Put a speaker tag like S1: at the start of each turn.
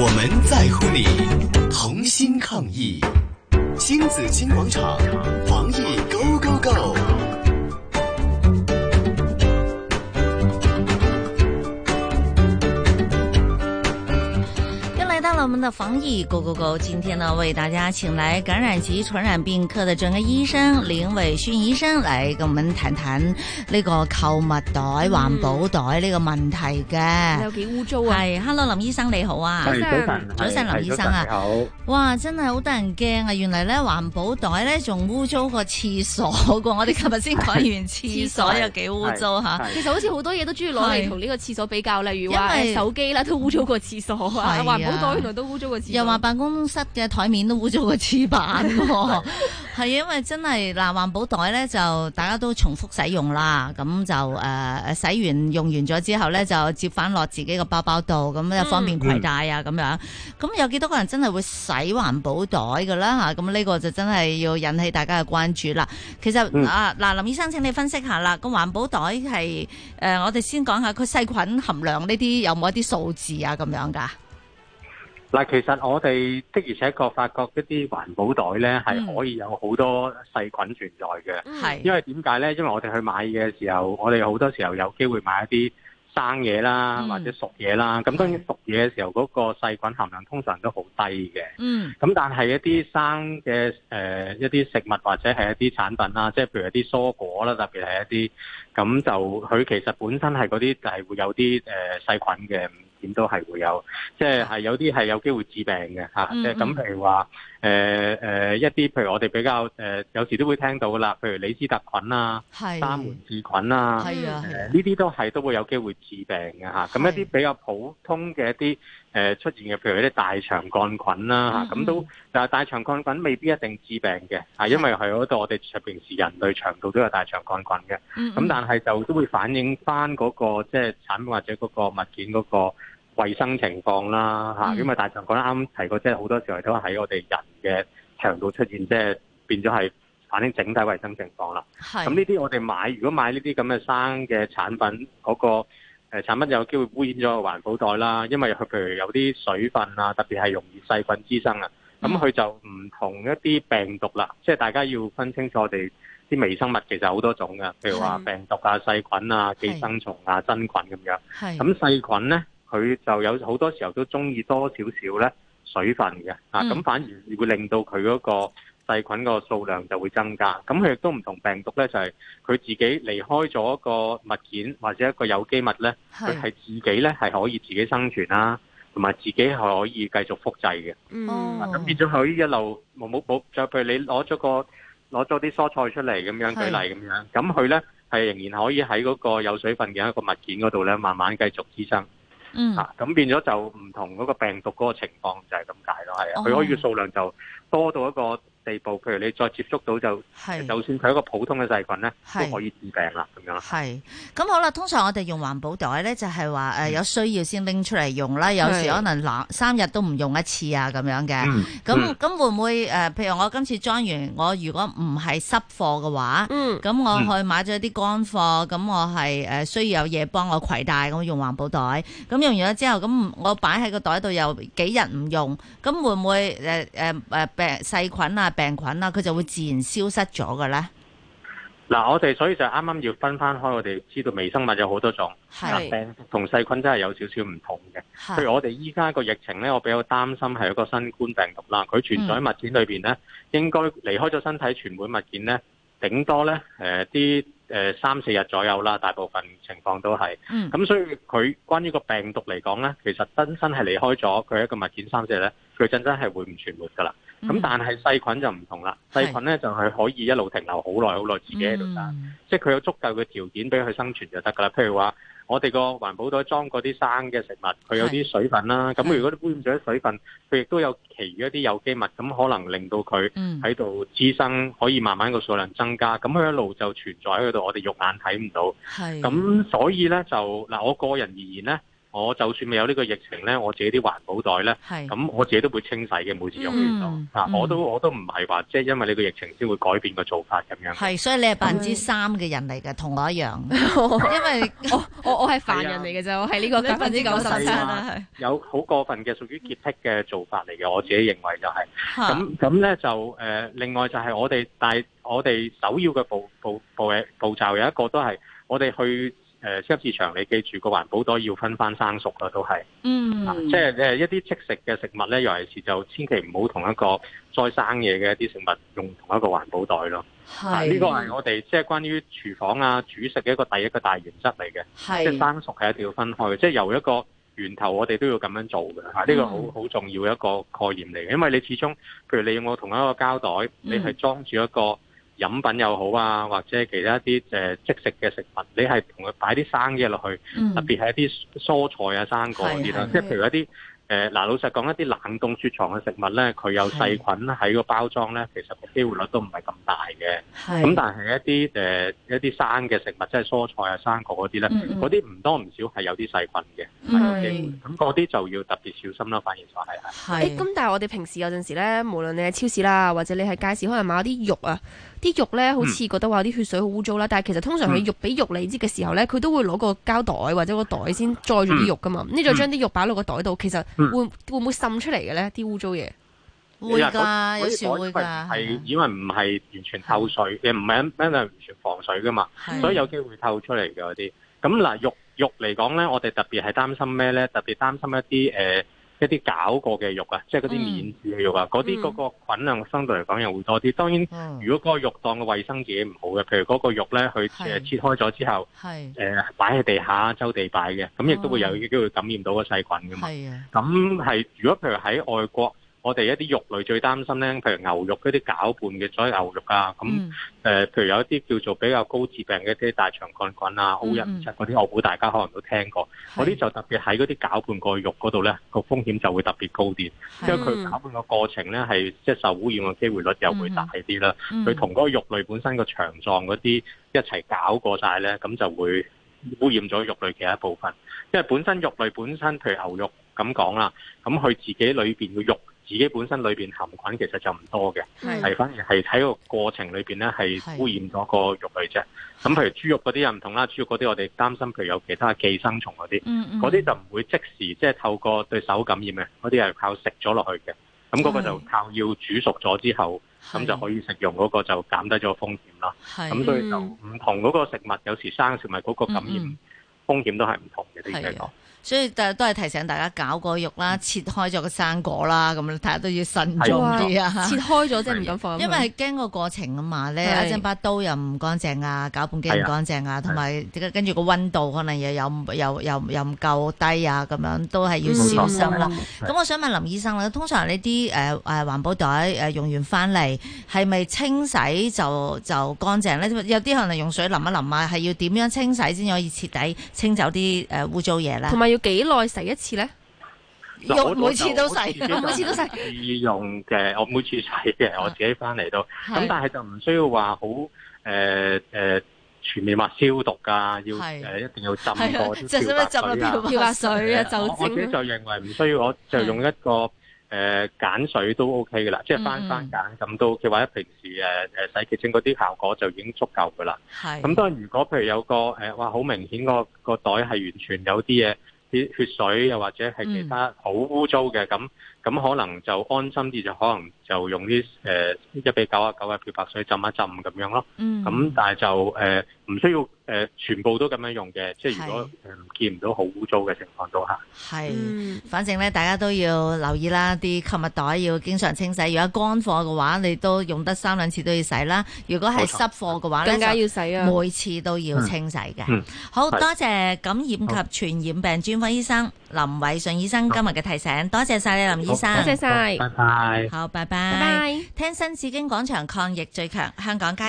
S1: 我们在乎你，同心抗疫。新紫金广场，防疫 Go Go Go！
S2: 又来到了我们的防疫 Go Go Go，今天呢，为大家请来感染及传染病科的整个醫生林偉勳醫生嚟跟我們談談呢個購物袋、環保袋呢個問題嘅
S3: 有。幾污糟啊！
S2: 係，Hello，林醫生你好啊。
S4: 係
S3: 早晨
S4: 早
S2: 早
S4: 晨，
S2: 晨
S4: 係
S2: 林醫生啊
S4: 早晨你
S2: 哇，真係好得人驚啊！原嚟咧環保袋咧仲污糟過廁所噶，我哋琴日先講完廁所有幾污糟
S4: 好，
S2: 吓。
S3: 其實好似好多嘢都中意攞嚟同呢個廁所比較，例如話
S2: 因為
S3: 誒手機啦，都污糟過廁所
S2: 係啊
S3: 啊，環保袋原來都污糟過廁所。
S2: 又話辦公室嘅台面都污糟過廁板 喎，係因為真係嗱環保袋咧就大家都重複使用啦，咁就誒、呃、洗完用完咗之後咧就接翻落自己個包包度，咁就方便攜帶啊咁樣。咁有幾多個人真係會洗環保袋㗎啦嚇？咁呢個就真係要引起大家嘅關注啦。其實、
S4: 嗯
S2: 啊嗱，林醫生請你分析下啦，個環保袋係誒、呃我哋先講下佢細菌含量呢啲有冇一啲數字啊咁樣㗎？
S4: 嗱，其實我哋的而且確發覺一啲環保袋咧
S2: 嗯
S4: 係可以有好多細菌存在嘅，
S3: 嗯
S2: 係
S4: 因為點解咧？因為我哋去買嘢嘅時候，我哋好多時候有機會買一啲生嘢啦，
S2: 嗯
S4: 或者熟嘢啦。咁當然熟嘢嘅時候，嗰個細菌含量通常都好低嘅。
S2: 嗯。
S4: 咁但係一啲生嘅誒、呃一啲食物或者係一啲產品啦，即係譬如一啲蔬果啦，特別係一啲咁就佢其實本身係嗰啲就係會有啲誒、呃、細菌嘅，點都係會有，即係係有啲係有機會致病嘅嚇。
S2: 嗯
S4: 即係咁譬如話誒誒一啲譬如我哋比較誒、呃有時都會聽到噶啦，譬如李斯特菌啊、
S2: 係
S4: 沙門氏菌啊。
S2: 係啊，
S4: 誒
S2: 係啊
S4: 呢啲都係都會有機會致病嘅嚇，咁
S2: 係
S4: 一啲比較普通嘅一啲誒、呃出現嘅，譬如一啲大腸桿菌啦嚇，
S2: 嗯
S4: 咁都但係大腸桿菌未必一定致病嘅嚇，因為係嗰度我哋平時人類腸道都有大腸桿菌嘅，
S2: 嗯
S4: 咁但係就都會反映翻嗰、個即係產品或者嗰個物件嗰、個衞生情況啦嚇，
S2: 嗯
S4: 因為大腸桿啱啱提過，即係好多時候都喺我哋人嘅腸道出現，即係變咗係反映整體衞生情況啦。
S2: 係啊
S4: 咁呢啲我哋買，如果買呢啲咁嘅生嘅產品，嗰、個誒、呃、產品有機會污染咗個環保袋啦，因為佢譬如有啲水分啊，特別係容易細菌滋生啊，咁
S2: 嗯
S4: 佢就唔同一啲病毒啦，即係大家要分清楚我哋啲微生物其實好多種嘅，譬如話
S3: 係
S4: 病毒啊、細菌啊、
S2: 係
S4: 寄生蟲啊、真菌咁樣。
S2: 係
S4: 咁細菌咧，佢就有好多時候都中意多少少咧水分嘅，啊，
S2: 嗯
S4: 咁反而會令到佢嗰個細菌個數量就會增加。咁佢亦都唔同病毒咧，就係、佢自己離開咗一個物件或者一個有機物咧，佢係
S2: 係
S4: 自己咧係可以自己生存啦，同埋自己係可以繼續複製嘅。啊
S2: 哦
S3: 嗯，
S4: 咁變咗佢一路冇冇冇，就譬如你攞咗個攞咗啲蔬菜出嚟咁樣
S2: 係
S4: 舉例咁樣，咁佢咧係仍然可以喺嗰個有水分嘅一個物件嗰度咧，慢慢繼續滋生
S2: 嗯
S4: 嚇。啊咁、變咗就唔同嗰個病毒嗰個情況就係咁解咯，係啊，
S2: 哦
S4: 佢可以嘅數量就多到一個地步，譬如你再接觸到就，
S2: 係
S4: 就算佢一個普通嘅細菌咧，
S2: 係
S4: 都可以致病啦咁樣啦。
S2: 係咁好啦。通常我哋用環保袋咧，就係話
S4: 嗯
S2: 誒有需要先拎出嚟用啦。有時
S3: 係
S2: 可能兩三日都唔用一次啊，咁樣嘅。
S4: 嗯，
S2: 咁咁會唔會誒？譬如我今次裝完，我如果唔係濕貨嘅話，
S3: 嗯
S2: 咁我去買咗啲乾貨，
S4: 嗯
S2: 咁我係誒需要有嘢幫我攜帶，咁用環保袋。咁用完咗之後，咁我擺喺個袋度又幾日唔用，咁會唔會呃誒誒誒病細菌啊、病菌啊，佢就會自然消失咗嘅咧？
S4: 嗱，我哋所以就啱啱要分翻開，我哋知道微生物有好多種，啊
S3: 係
S4: 病毒同細菌真係有少少唔同嘅。譬
S2: 係
S4: 如我哋依家個疫情咧，我比較擔心係一個新冠病毒啦，佢存在喺物件裏邊咧，
S2: 嗯
S4: 應該離開咗身體傳媒物件咧，頂多咧誒啲誒三四日左右啦，大部分情況都係。
S2: 嗯
S4: 咁所以佢關於個病毒嚟講咧，其實真真係離開咗佢一個物件三四日咧，佢真真係會唔存活㗎啦。咁、
S2: 嗯
S4: 但係細菌就唔同啦，
S2: 係
S4: 細菌咧就係可以一路停留好耐好耐自己喺度生。
S2: 嗯
S4: 即係佢有足夠嘅條件俾佢生存就得㗎啦。譬如話，我哋個環保袋裝嗰啲生嘅食物，佢有啲水分啦。咁
S2: 係
S4: 如果污染咗啲水分，佢亦都有其餘一啲有機物，咁可能令到佢
S2: 嗯
S4: 喺度滋生，可以慢慢個數量增加。咁佢一路就存在喺度，我哋肉眼睇唔到。
S2: 係
S4: 咁所以咧就嗱，我個人而言咧，我我就算未有呢個疫情咧，我自己啲環保袋咧，
S2: 係
S4: 咁我自己都會清洗嘅，每次用完就
S2: 嗯
S4: 啊，
S2: 嗯
S4: 我都我都唔係話即係因為呢個疫情先會改變個做法咁樣。
S2: 係，所以你係百分之三嘅人嚟嘅，同我一 樣，因為
S3: 嗯 我我我係凡人嚟嘅啫，我係呢個百分之九十七
S4: 係啊
S2: 係
S4: 有好過分嘅屬於潔癖嘅做法嚟嘅，我自己認為就係、
S2: 嚇
S4: 咁咁咧就誒、呃另外就係我哋，但係我哋首要嘅步步步嘅步驟有一個都係我哋去誒超級市場，你記住個環保袋要分翻生熟啦，都係，啊
S2: 嗯
S4: 即係誒一啲即食嘅食物咧，尤其是就千祈唔好同一個再生嘢嘅一啲食物用同一個環保袋咯。啊呢個係我哋即係關於廚房啊煮食嘅一個第一個大原則嚟嘅。即係
S2: 係
S4: 生熟係一定要分開嘅，即係由一個源頭，我哋都要咁樣做嘅啊嚇。呢個好好重要一個概念嚟嘅，因為你始終，譬如你用我同一個膠袋，你係裝住一個飲品又好啊，或者其他一啲誒、呃即食嘅食物，你係同佢擺啲生嘢落去，
S2: 嗯
S4: 特別係一啲蔬菜啊、生果嗰啲啦
S2: 係，
S4: 即係譬如一啲。呃誒嗱、老實講，一啲冷凍雪藏嘅食物咧，佢有細菌喺個包裝咧，其實個機會率都唔係咁大嘅。
S2: 係
S4: 咁但係一啲誒、呃一啲生嘅食物，即係蔬菜啊、生果嗰啲咧，
S2: 嗯嗯
S4: 嗰啲唔多唔少係有啲細菌嘅，係有機會
S2: 嗯
S4: 咁嗰啲就要特別小心啦。反而就係
S2: 係
S3: 誒
S4: 係
S3: 咁，但係我哋平時有陣時咧，無論你喺超市啦，或者你喺街市，可能買嗰啲肉啊，啲肉咧好似覺得話啲血水好污糟啦，但係其實通常佢
S4: 嗯
S3: 肉俾肉你知嘅時候咧，佢都會攞個膠袋或者個袋先載住啲肉噶嘛，咁你就將啲肉擺落個袋度，其實
S4: 嗯
S3: 會會唔會滲出嚟嘅咧？啲污糟嘢
S2: 會
S4: 因為
S2: 㗎，
S4: 嗰
S2: 有時會
S4: 嗰啲袋
S2: 㗎，
S4: 係因為唔係完全透水嘅，唔係因因為完全防水噶嘛，
S2: 係
S4: 所以有機會透出嚟嘅嗰啲。咁嗱，肉肉嚟講咧，我哋特別係擔心咩咧？特別擔心一啲誒、呃一啲搞過嘅肉啊，即係嗰啲
S2: 嗯
S4: 免治嘅肉啊，嗰啲
S3: 嗯
S4: 嗰個菌量相對嚟講又會多啲。當然，
S2: 嗯
S4: 如果嗰個肉檔嘅衞生自己唔好嘅，譬如嗰個肉咧，佢
S2: 係
S4: 誒切開咗之後。
S2: 係
S4: 誒擺喺地下周地擺嘅，咁亦都會有機會感染到個細菌噶嘛。
S2: 哦係啊，
S4: 咁係如果譬如喺外國，我哋一啲肉類最擔心咧，譬如牛肉嗰啲攪拌嘅所謂牛肉啊，咁誒、
S2: 嗯
S4: 譬如有一啲叫做比較高致病嘅一啲大腸桿菌啊、O
S2: 嗯
S4: 一
S2: 嗯
S4: 五七嗰啲，我估大家可能都聽過。嗰
S2: 係
S4: 啲就特別喺嗰啲攪拌個肉嗰度咧，個風險就會特別高啲，因為
S2: 係
S4: 佢攪拌個過程咧係即係受污染嘅機會率又會大啲啦。
S2: 嗯
S4: 佢同嗰個肉類本身個腸臟嗰啲一齊搞過晒咧，咁就會污染咗肉類嘅一部分。因為本身肉類本身，譬如牛肉咁講啦，咁佢自己裏邊嘅肉，自己本身裏邊含菌其實就唔多嘅，
S3: 係
S4: 係反而係喺個過程裏邊咧係
S2: 係
S4: 污染咗個肉類啫。咁譬如豬肉嗰啲又唔同啦，豬肉嗰啲我哋擔心譬如有其他寄生蟲嗰啲，
S2: 嗯嗯
S4: 嗰啲就唔會即時即係透過對手感染嘅，嗰啲係靠食咗落去嘅。咁嗰個就
S2: 係
S4: 靠要煮熟咗之後。咁就可以食用嗰個就減低咗個風險啦。
S2: 係
S4: 咁所以就唔同嗰個食物，有時生食物嗰個感
S2: 嗯
S4: 染風險都係唔同嘅。的
S2: 係
S4: 確
S2: 啊，所以但都係提醒大家搞個肉
S4: 嗯
S2: 啦，切開咗個生果啦，咁你睇下都要慎重啲啊
S3: 切。開咗即係唔敢放入 去，啊
S2: 因為係驚個過程啊嘛，你
S3: 係
S2: 一陣把刀又唔乾淨啊，攪拌機唔
S4: 係啊
S2: 乾淨啊，同埋跟住個温度可能又有又又又唔夠低啊，咁樣都係要小心啦。咁我想問林醫生啦，通常你啲誒誒環保袋誒用完翻嚟，係咪清洗就就乾淨咧？有啲可能用水淋一淋啊，係要點樣清洗先可以徹底清走啲誒污糟嘢咧
S3: 同？埋要幾耐洗一次 咧？
S4: 嗱我
S2: 用每次啊都洗，
S4: 我
S3: 每次都洗
S4: 自己用嘅，我每次洗嘅，我自己翻嚟都。咁
S2: 係
S4: 但係就唔需要話好誒誒全面話消毒啊，要
S2: 係
S4: 誒一定要浸
S2: 係啊
S4: 過
S2: 就
S4: 啲
S2: 使
S4: 漂
S2: 乜
S4: 白
S2: 浸落
S4: 水啊
S2: 漂白
S3: 漂白水啊、
S4: 誒
S3: 酒
S4: 我我自
S3: 精
S4: 己
S3: 啊，
S4: 就認為唔需要，我就用一個誒、呃、鹼水都 OK 嘅啦，即係
S2: 嗯
S4: 翻翻鹼咁都 OK，或者平時誒誒、呃洗潔精嗰啲效果就已經足夠嘅啦。
S2: 係
S4: 咁當然，如果譬如有個誒、呃哇好明顯個個袋係完全有啲嘢啲血水，又或者係其
S2: 嗯
S4: 他好污糟嘅，咁咁可能就安心啲，就可能就用啲誒一比九啊九嘅漂白水浸一浸咁樣咯。
S2: 嗯
S4: 咁但係就誒唔、需要誒、呃全部都咁樣用嘅，即係如果誒唔見唔到好污糟嘅情況都下。
S2: 係。
S3: 嗯
S2: 反正咧，大家都要留意啦，啲購物袋要經常清洗。如果乾貨嘅話，你都用得三兩次都要洗啦。如果係
S4: 冇錯
S2: 濕貨嘅話咧，
S3: 更加
S2: 就
S3: 要洗啊！
S2: 每次都要清洗嘅。
S4: 嗯嗯嗯
S2: 好
S4: 係
S2: 多謝感染及傳染病專科醫生林偉信醫生今日嘅提醒，多謝晒你林醫生。
S3: 多謝晒
S4: 拜拜。
S2: 好，拜
S3: 拜
S2: 拜。
S3: 拜。
S2: 聽新紫荊廣場抗疫最強，香港加